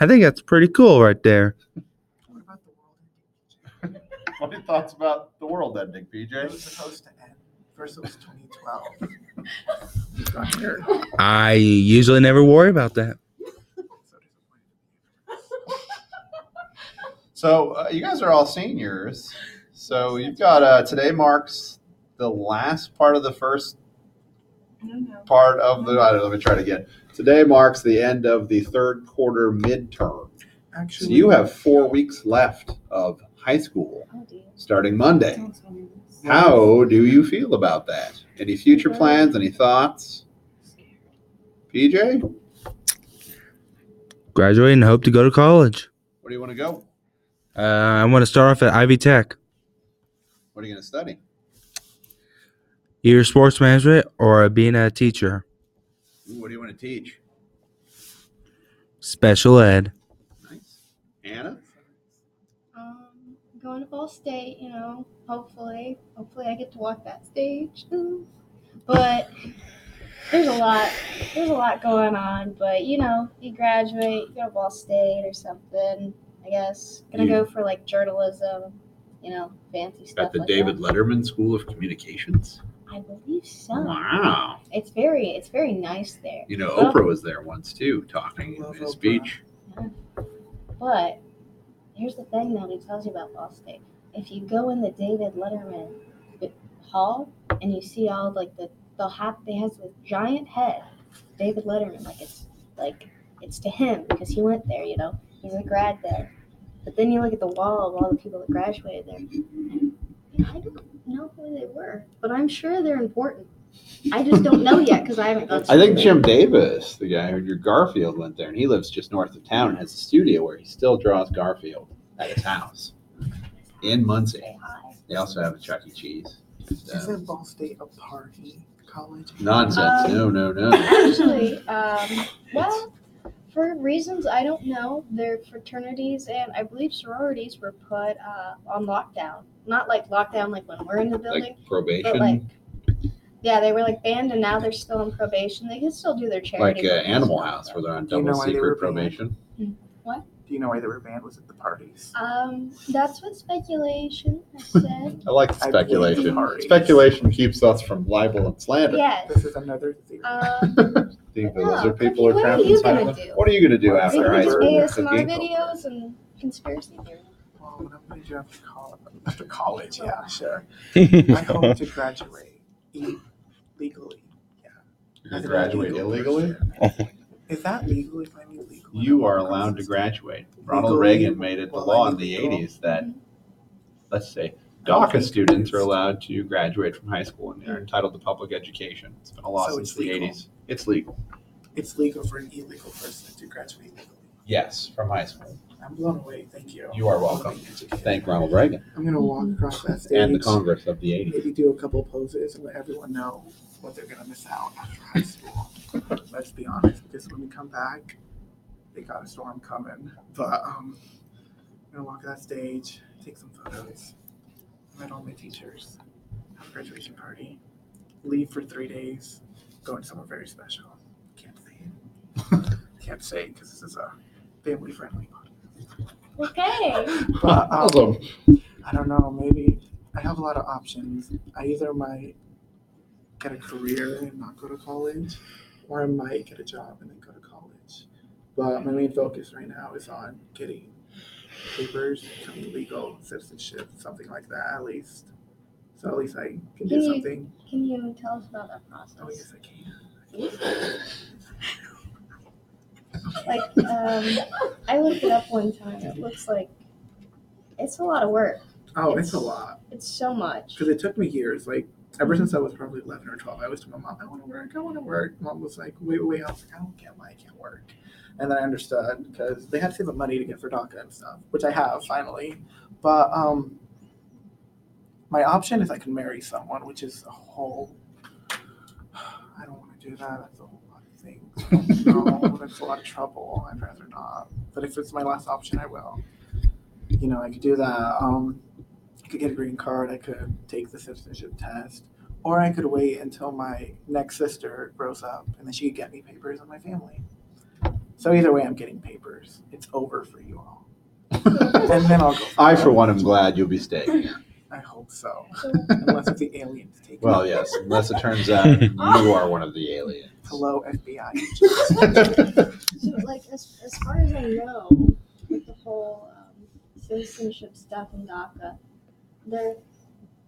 [SPEAKER 4] I think that's pretty cool right there.
[SPEAKER 2] What about the world ending?
[SPEAKER 1] What are your thoughts about the world ending,
[SPEAKER 2] It
[SPEAKER 1] PJ?
[SPEAKER 2] was supposed to end. First it was 2012. We got here. So
[SPEAKER 4] I usually never worry about that.
[SPEAKER 2] disappointed.
[SPEAKER 1] So uh, you guys are all seniors. So you've got uh, today marks the last part of the first
[SPEAKER 7] No, no.
[SPEAKER 1] part of the. I don't, let me try it again. Today marks the end of the third quarter midterm. So
[SPEAKER 7] Mm-hmm.
[SPEAKER 2] Actually,
[SPEAKER 1] you have four weeks left of high school
[SPEAKER 7] Oh, dear.
[SPEAKER 1] starting Monday.
[SPEAKER 7] Don't tell me this.
[SPEAKER 1] How do you feel about that? Any future plans? Any thoughts? PJ,
[SPEAKER 4] Graduate and hope to go to college.
[SPEAKER 1] where do you want to go?
[SPEAKER 4] Uh, I want to start off at Ivy Tech,
[SPEAKER 1] What are you going to study?
[SPEAKER 4] either sports management or being a teacher,
[SPEAKER 1] Ooh, what do you want to teach?
[SPEAKER 4] special *laughs* ed.
[SPEAKER 1] Nice. Anna?
[SPEAKER 3] Um, going to Ball State, you know, hopefully. Hopefully I get to walk that stage. Ooh. But there's a lot there's a lot going on, but you know, you graduate, you go to Ball State or something, I guess. Gonna
[SPEAKER 1] You-
[SPEAKER 3] go for like journalism, you know, fancy stuff.
[SPEAKER 1] At the
[SPEAKER 3] like
[SPEAKER 1] David Letterman School of Communications?
[SPEAKER 3] That. I believe so.
[SPEAKER 1] Wow.
[SPEAKER 3] It's very it's very nice there.
[SPEAKER 1] You know,
[SPEAKER 3] Well-
[SPEAKER 1] Oprah was there once too, talking
[SPEAKER 2] Love
[SPEAKER 1] in a
[SPEAKER 2] Oprah.
[SPEAKER 1] speech.
[SPEAKER 3] But here's the thing nobody tells you about Ball State. If you go in the David Letterman hall and you see all like the they'll have they has this giant head, David Letterman, like it's like it's to him because he went there, you know. He's a grad there. But then you look at the wall of all the people that graduated there. and I don't know who they were, but I'm sure they're important. I just don't know yet because I haven't gone.
[SPEAKER 1] I think
[SPEAKER 3] through it.
[SPEAKER 1] Jim Davis, the guy who drew Garfield, went there, and he lives just north of town and has a studio where he still draws Garfield at his house in Muncie. They also have a Chuck E. Cheese. So,
[SPEAKER 2] Isn't Ball State a party college?
[SPEAKER 1] nonsense.
[SPEAKER 3] Um,
[SPEAKER 1] no, no,
[SPEAKER 3] *laughs*
[SPEAKER 1] no.
[SPEAKER 3] Actually, um, well, for reasons I don't know, their fraternities and I believe sororities were put uh, on lockdown. Not like lockdown, like when we're in the building,
[SPEAKER 1] Like probation,
[SPEAKER 3] but like, yeah, they were like banned, and now they're still on probation. They can still do their
[SPEAKER 1] like
[SPEAKER 3] charity.
[SPEAKER 1] uh,
[SPEAKER 3] work and
[SPEAKER 1] Animal
[SPEAKER 3] stuff,
[SPEAKER 1] House,
[SPEAKER 3] but-
[SPEAKER 1] where they're on
[SPEAKER 2] Do you
[SPEAKER 1] double
[SPEAKER 2] know why they were
[SPEAKER 1] secret
[SPEAKER 2] banned?
[SPEAKER 1] probation.
[SPEAKER 2] Do you know why they were banned? Was it the parties?
[SPEAKER 3] Um, that's what
[SPEAKER 1] *laughs*
[SPEAKER 3] speculation has said.
[SPEAKER 1] I like the
[SPEAKER 2] I believe the
[SPEAKER 1] speculation.
[SPEAKER 2] parties.
[SPEAKER 1] Speculation keeps us from libel and slander.
[SPEAKER 3] yes.
[SPEAKER 2] This is another theory.
[SPEAKER 1] *laughs*
[SPEAKER 3] Um,
[SPEAKER 1] Do you think the
[SPEAKER 3] No,
[SPEAKER 1] lizard
[SPEAKER 3] Cookie,
[SPEAKER 1] people are
[SPEAKER 3] what are
[SPEAKER 1] trapped
[SPEAKER 3] you
[SPEAKER 1] inside
[SPEAKER 3] gonna
[SPEAKER 1] of it?
[SPEAKER 3] do?
[SPEAKER 1] What are you going to do
[SPEAKER 2] What
[SPEAKER 3] we
[SPEAKER 1] after
[SPEAKER 2] are
[SPEAKER 1] high
[SPEAKER 2] you
[SPEAKER 3] can do
[SPEAKER 1] school?
[SPEAKER 2] gonna
[SPEAKER 1] Cookie?
[SPEAKER 3] ASMR videos and conspiracy theories.
[SPEAKER 2] Well, what I'm going to do after college, after college,
[SPEAKER 1] *laughs*
[SPEAKER 2] yeah, sure. I hope to graduate e- legally.
[SPEAKER 1] You're gonna graduate illegally?
[SPEAKER 2] Is that legal if I'm illegal?
[SPEAKER 1] You are allowed to graduate. Ronald
[SPEAKER 2] Legally,
[SPEAKER 1] Reagan made it the
[SPEAKER 2] well,
[SPEAKER 1] law
[SPEAKER 2] I'm
[SPEAKER 1] in the
[SPEAKER 2] legal.
[SPEAKER 1] eighties that, let's say,
[SPEAKER 2] don't
[SPEAKER 1] DACA
[SPEAKER 2] think
[SPEAKER 1] students
[SPEAKER 2] it's- Mm.
[SPEAKER 1] are allowed to graduate from high school and they're entitled to public education. It's been a law
[SPEAKER 2] So
[SPEAKER 1] since
[SPEAKER 2] it's
[SPEAKER 1] the
[SPEAKER 2] legal.
[SPEAKER 1] eighties. It's legal.
[SPEAKER 2] It's legal for an illegal person to graduate legally.
[SPEAKER 1] Yes, from high school.
[SPEAKER 2] I'm blown away. Thank you.
[SPEAKER 1] You are welcome.
[SPEAKER 2] Thank.
[SPEAKER 1] Thank Ronald Reagan
[SPEAKER 2] I'm going to walk across that stage.
[SPEAKER 1] and the Congress of the
[SPEAKER 2] *laughs*
[SPEAKER 1] eighties.
[SPEAKER 2] maybe do a couple poses and let everyone know what they're gonna miss out after high school. Let's be honest, because when we come back, they got a storm coming. But um, I'm gonna walk that stage, take some photos, met all my teachers, have a graduation party, leave for three days, going somewhere very special. Can't say it. Can't say because this is a family-friendly podcast.
[SPEAKER 3] Okay.
[SPEAKER 1] *laughs*
[SPEAKER 2] But um,
[SPEAKER 1] Awesome.
[SPEAKER 2] I don't know. Maybe I have a lot of options. I either might get a career and not go to college, or I might get a job and then go to college. But my main focus right now is on getting papers, becoming legal, citizenship, something like that at least. So at least I can
[SPEAKER 3] Can
[SPEAKER 2] do
[SPEAKER 3] you-
[SPEAKER 2] something.
[SPEAKER 3] Can you tell us about that
[SPEAKER 2] Oh
[SPEAKER 3] process?
[SPEAKER 2] yes, I can.
[SPEAKER 3] Like, um, I looked it up one time. It looks like it's a lot of work.
[SPEAKER 2] Oh, it's a lot
[SPEAKER 3] It's so much.
[SPEAKER 2] because it took me years. Like ever since I was probably eleven or twelve, I always told my mom, "I want to work. I want to work." Mom was like, "Wait, wait." I was like, "I don't get why I can't work." And then I understood because they had to save up money to get for DACA and stuff, which I have finally. But um, my option is I can marry someone, which is a whole. *sighs* I don't want to do that. That's a whole lot of things. no, that's a lot of trouble. I'd rather not. But if it's my last option, I will. You know, I could do that. Um, I could get a green card. I could take the citizenship test, or I could wait until my next sister grows up, and then she could get me papers on my family. So either way, I'm getting papers. It's over for you all. And then *laughs* I'll go.
[SPEAKER 1] I, for one, am glad you'll be staying. here.
[SPEAKER 2] I hope so. *laughs* Unless it's the aliens taking.
[SPEAKER 1] Well,
[SPEAKER 2] it.
[SPEAKER 1] yes, unless it turns out you are one of the *laughs* aliens.
[SPEAKER 2] Hello, FBI.
[SPEAKER 3] So, like, as, as far as I know, with the whole um, citizenship stuff in DACA, they're,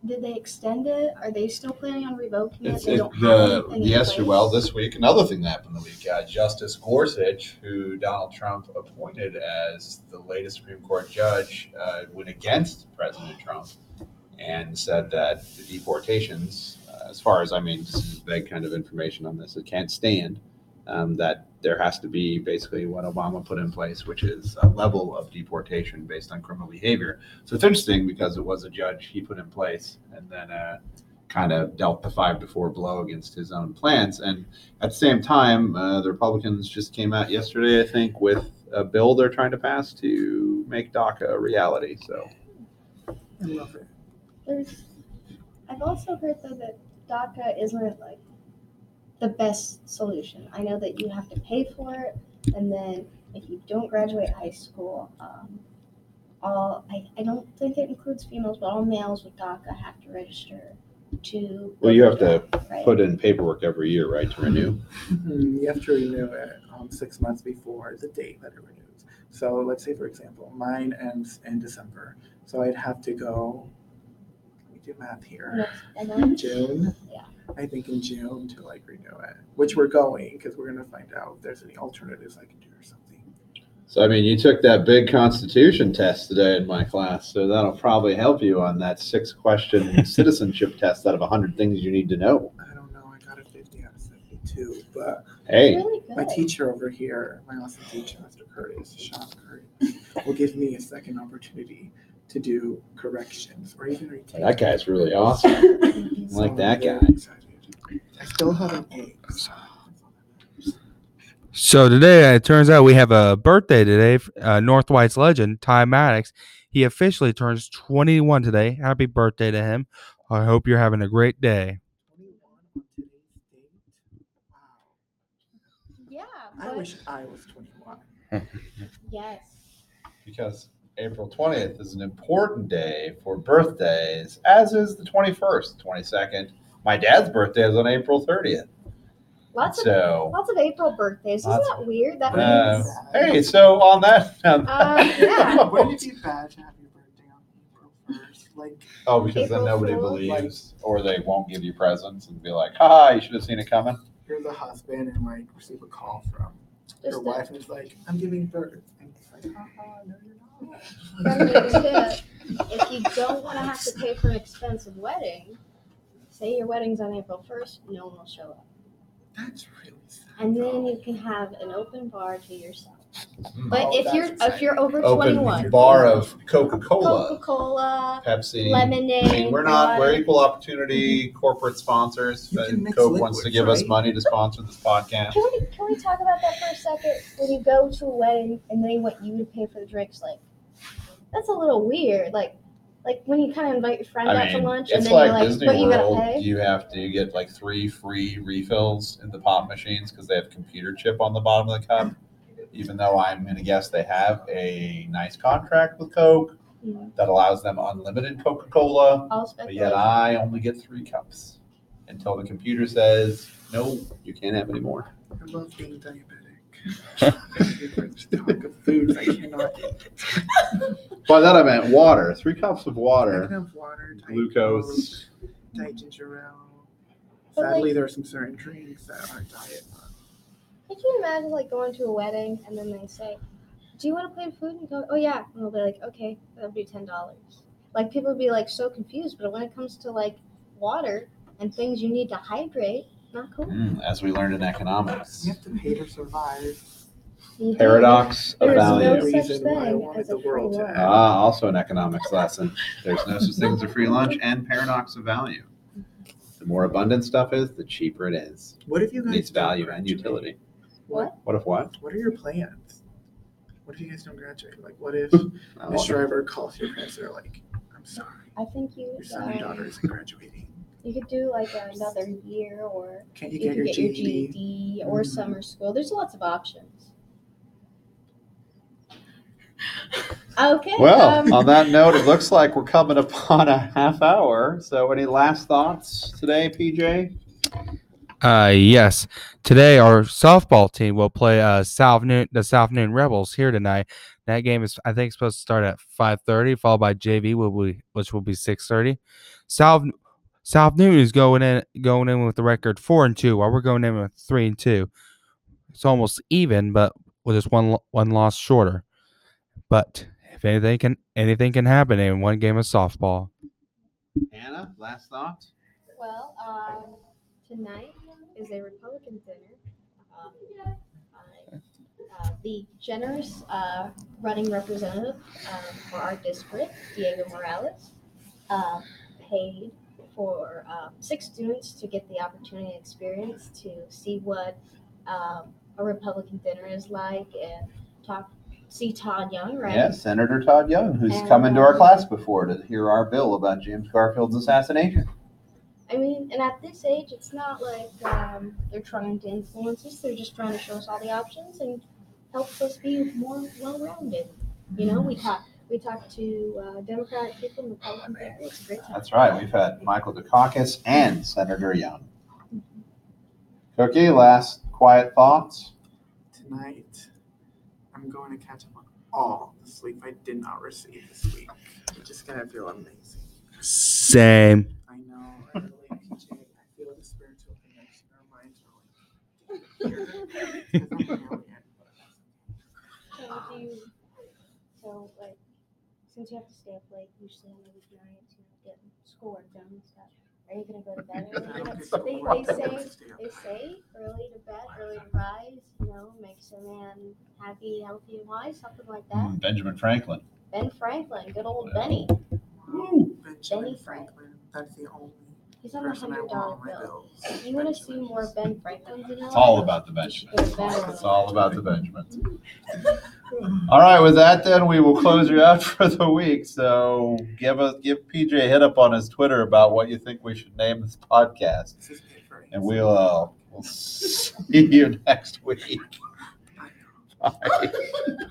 [SPEAKER 3] did they extend it? Are they still planning on revoking it?
[SPEAKER 1] It's
[SPEAKER 3] They
[SPEAKER 1] it,
[SPEAKER 3] don't
[SPEAKER 1] the
[SPEAKER 3] have any
[SPEAKER 1] yes,
[SPEAKER 3] place?
[SPEAKER 1] well, this week another thing that happened the week. Uh, Justice Gorsuch, who Donald Trump appointed as the latest Supreme Court judge, uh, went against President Trump and said that the deportations, uh, as far as I mean, this is vague kind of information on this, it can't stand. Um, that there has to be basically what Obama put in place, which is a level of deportation based on criminal behavior. So it's interesting because it was a judge he put in place, and then uh, kind of dealt the five to four blow against his own plans. And at the same time, uh, the Republicans just came out yesterday, I think, with a bill they're trying to pass to make DACA a reality. So
[SPEAKER 2] I love it.
[SPEAKER 3] There's, I've also heard though that DACA isn't like the best solution. I know that you have to pay for it, and then if you don't graduate high school, um, all I, I don't think it includes females, but all males with DACA have to register to.
[SPEAKER 1] Well, you have to
[SPEAKER 3] right?
[SPEAKER 1] put in paperwork every year, right, to renew.
[SPEAKER 2] Mhm, You have to renew it um, six months before the date that it renews. So let's say, for example, mine ends in December. So I'd have to go, let me do math here.
[SPEAKER 3] Next- And then
[SPEAKER 2] June.
[SPEAKER 3] Mm-hmm. Yeah.
[SPEAKER 2] I think in June to like renew it, which we're going because we're gonna find out if there's any alternatives I can do or something.
[SPEAKER 1] So I mean, you took that big Constitution test today in my class, so that'll probably help you on that
[SPEAKER 3] *laughs*
[SPEAKER 1] six-question citizenship test out of hundred things you need to know.
[SPEAKER 2] I don't know. I got a 50 out of 72, but
[SPEAKER 1] Hey,
[SPEAKER 3] really good.
[SPEAKER 2] my teacher over here, my awesome teacher, Mr. Curtis, Sean Curtis, will give me a second opportunity to do corrections or even retake.
[SPEAKER 1] that guy's really awesome.
[SPEAKER 2] So
[SPEAKER 1] like
[SPEAKER 2] I'm
[SPEAKER 1] that
[SPEAKER 2] very
[SPEAKER 1] guy.
[SPEAKER 2] excited. I still have an A. so-
[SPEAKER 4] So today, uh, it turns out we have a birthday today. f- Uh, North White's legend, Ty Maddox. He officially turns 21 today. Happy birthday to him. I hope you're having a great day.
[SPEAKER 2] 21 on today's date. Wow.
[SPEAKER 3] Yeah,
[SPEAKER 2] I
[SPEAKER 3] but
[SPEAKER 2] wish I was 21.
[SPEAKER 3] yes.
[SPEAKER 1] because April 20th is an important day for birthdays, as is the 21st, 22nd. My dad's birthday is on April 30th.
[SPEAKER 3] Lots of
[SPEAKER 1] So,
[SPEAKER 3] lots of April birthdays. Isn't
[SPEAKER 1] Lots-
[SPEAKER 3] that weird? That means
[SPEAKER 1] uh, hey, so on that. *laughs* on
[SPEAKER 2] *laughs*
[SPEAKER 3] Um, yeah.
[SPEAKER 1] that-
[SPEAKER 2] Wouldn't it be bad to have your birthday on April 1st? Like,
[SPEAKER 1] oh, because then
[SPEAKER 3] April
[SPEAKER 1] nobody
[SPEAKER 3] Fool's?
[SPEAKER 1] believes, or they won't give you presents and be like, ha, you should have seen it coming.
[SPEAKER 2] here's a husband and like receive a call from your *laughs*
[SPEAKER 3] just a-
[SPEAKER 2] wife and it's like, I'm giving birth. And it's like, haha, no, you're not.
[SPEAKER 3] That means that
[SPEAKER 2] *laughs*
[SPEAKER 3] if you don't want to have to pay for an expensive wedding, say your wedding's on April 1st, no one will show up.
[SPEAKER 2] That's really sad.
[SPEAKER 3] And then you can have an open bar to yourself.
[SPEAKER 1] Mm.
[SPEAKER 3] But
[SPEAKER 2] Oh,
[SPEAKER 3] if
[SPEAKER 2] that's
[SPEAKER 3] you're if you're over
[SPEAKER 1] Open
[SPEAKER 3] 21,
[SPEAKER 1] bar of Coca
[SPEAKER 3] Coca
[SPEAKER 1] Cola,
[SPEAKER 3] Cola,
[SPEAKER 1] Pepsi.
[SPEAKER 3] lemonade.
[SPEAKER 1] I mean, we're not, we're
[SPEAKER 3] water.
[SPEAKER 1] equal opportunity corporate sponsors.
[SPEAKER 2] You can
[SPEAKER 1] and
[SPEAKER 2] mix
[SPEAKER 1] Coke wants to
[SPEAKER 2] liquids,
[SPEAKER 1] give us
[SPEAKER 2] right?
[SPEAKER 1] money to sponsor this podcast.
[SPEAKER 3] Can we can we talk about that for a second? When you go to a wedding and they want you to pay for the drinks, like that's a little weird. Like like when you kind of invite your friend out
[SPEAKER 1] I
[SPEAKER 3] to
[SPEAKER 1] mean,
[SPEAKER 3] lunch and
[SPEAKER 1] it's
[SPEAKER 3] then you're
[SPEAKER 1] like
[SPEAKER 3] like,
[SPEAKER 1] Disney
[SPEAKER 3] but you
[SPEAKER 1] World.
[SPEAKER 3] gotta pay.
[SPEAKER 1] You have to get like three free refills in the pop machines because they have computer chip on the bottom of the cup. Even though I'm gonna guess they have a nice contract with Coke
[SPEAKER 3] Mhm.
[SPEAKER 1] that allows them unlimited Coca-Cola,
[SPEAKER 3] All
[SPEAKER 1] but yet I only get three cups until the computer says no, you can't have any more.
[SPEAKER 2] I love being
[SPEAKER 3] *laughs*
[SPEAKER 2] diabetic. My favorite stock of foods. I cannot
[SPEAKER 3] *laughs*
[SPEAKER 2] eat.
[SPEAKER 1] By that I meant water, three cups of
[SPEAKER 2] I can
[SPEAKER 1] water,
[SPEAKER 2] have water, diet Coke,
[SPEAKER 1] glucose.
[SPEAKER 2] diet ginger ale.
[SPEAKER 3] But, like-
[SPEAKER 2] Sadly, there are some certain drinks that are diet.
[SPEAKER 3] Can you imagine like going to a wedding and then they say, "Do you want to play food?" And you go, "Oh yeah," and they'll be like, "Okay, that'll be ten dollars." Like people would be like so confused, but when it comes to like water and things you need to hydrate, not cool.
[SPEAKER 1] Mm, as we learned in economics,
[SPEAKER 2] You have to pay to survive.
[SPEAKER 3] You do.
[SPEAKER 1] paradox of
[SPEAKER 3] There's no
[SPEAKER 1] value.
[SPEAKER 3] such
[SPEAKER 2] Reason why I
[SPEAKER 3] thing
[SPEAKER 2] wanted
[SPEAKER 3] as a
[SPEAKER 2] the world
[SPEAKER 3] free
[SPEAKER 2] to
[SPEAKER 3] lunch.
[SPEAKER 2] end.
[SPEAKER 1] Ah, also an economics lesson. There's no such thing as a free lunch and paradox of value. The more abundant stuff is, the cheaper it is.
[SPEAKER 2] What if you
[SPEAKER 1] It
[SPEAKER 2] guys
[SPEAKER 1] needs
[SPEAKER 2] don't
[SPEAKER 1] value and
[SPEAKER 2] graduate?
[SPEAKER 1] utility.
[SPEAKER 2] What?
[SPEAKER 1] What if what?
[SPEAKER 2] What are your plans? What if you guys don't graduate? Like, what *laughs* if
[SPEAKER 1] I
[SPEAKER 2] Miss
[SPEAKER 1] love it.
[SPEAKER 2] Driver calls your parents? They're like, "I'm sorry,
[SPEAKER 3] I think you
[SPEAKER 2] your son or
[SPEAKER 3] uh,
[SPEAKER 2] daughter isn't graduating.
[SPEAKER 3] you could do like another year or
[SPEAKER 2] Can't you
[SPEAKER 3] you
[SPEAKER 2] get
[SPEAKER 3] could
[SPEAKER 2] your E
[SPEAKER 3] get your
[SPEAKER 2] GED?"
[SPEAKER 3] GED or
[SPEAKER 2] Mhm.
[SPEAKER 3] summer school. There's lots of options. *laughs*
[SPEAKER 8] Okay. um,
[SPEAKER 1] Well, on that note, it looks like we're coming upon a half hour. So, any last thoughts today, PJ?
[SPEAKER 4] Uh, yes. Today, our softball team will play uh South Noon, the South Noon Rebels here tonight. That game is, I think, supposed to start at five thirty, followed by JV, will be, which will be six thirty. South South Noon is going in going in with the record four and two, while we're going in with three and two. It's almost even, but with just one lo- one loss shorter. But if anything can anything can happen in one game of softball.
[SPEAKER 1] Hannah, last thoughts?
[SPEAKER 3] Well, um, tonight is a Republican dinner. Um, I, uh, the generous uh, running representative um, for our district, Diego Morales, uh, paid for um, six students to get the opportunity and experience to see what um, a Republican dinner is like and talk, see Todd Young, right?
[SPEAKER 1] Yes, Senator Todd Young, who's
[SPEAKER 3] And,
[SPEAKER 1] come into
[SPEAKER 3] um,
[SPEAKER 1] our class before to hear our bill about James Garfield's assassination.
[SPEAKER 3] I mean, and at this age, it's not like um, they're trying to influence us. They're just trying to show us all the options and help us be more well-rounded. You know, we talk we talk to uh, Democratic people and Republican people. It's a great time.
[SPEAKER 1] That's right. We've had Michael Dukakis and Senator Young. Cookie, last quiet thoughts?
[SPEAKER 2] Tonight, I'm going to catch up on all the sleep I did not receive this week. I'm just gonna feel amazing.
[SPEAKER 4] Same.
[SPEAKER 2] I know, I *laughs* really, PJ, I feel the spiritual connection. Our minds *laughs* are like. here. 'Cause I'm really in.
[SPEAKER 3] So, do you, so like, since you have to stay up late, usually on the weeknight to get schoolwork done and stuff, are you gonna go to bed
[SPEAKER 2] I *laughs* don't get
[SPEAKER 3] early?
[SPEAKER 2] to
[SPEAKER 3] They-
[SPEAKER 2] work, I
[SPEAKER 3] they
[SPEAKER 2] don't get
[SPEAKER 3] say
[SPEAKER 2] to stay up
[SPEAKER 3] They
[SPEAKER 2] late.
[SPEAKER 3] say early to bed, early to rise, you know, makes a man happy, healthy, and wise, something like that.
[SPEAKER 1] Benjamin Franklin.
[SPEAKER 3] Ben Franklin, good old Benny.
[SPEAKER 2] Benjamin
[SPEAKER 3] Benny
[SPEAKER 2] Franklin, that's the only
[SPEAKER 3] He's on the
[SPEAKER 2] person I
[SPEAKER 3] hundred
[SPEAKER 2] want
[SPEAKER 3] dollar
[SPEAKER 2] on my
[SPEAKER 3] bill.
[SPEAKER 2] bills.
[SPEAKER 3] If you want to see more Ben Franklins in your
[SPEAKER 1] It's all
[SPEAKER 3] life,
[SPEAKER 1] about the
[SPEAKER 3] you should go
[SPEAKER 1] Benjamins.
[SPEAKER 3] to bed
[SPEAKER 1] It's
[SPEAKER 3] on
[SPEAKER 1] all about the Benjamins. *laughs* All right, with that, then we will close you out *laughs* for the week. So give us, give PJ a hit up on his Twitter about what you think we should name this podcast,
[SPEAKER 2] This is it for me.
[SPEAKER 1] and we'll *laughs* uh, we'll see you next week. Bye.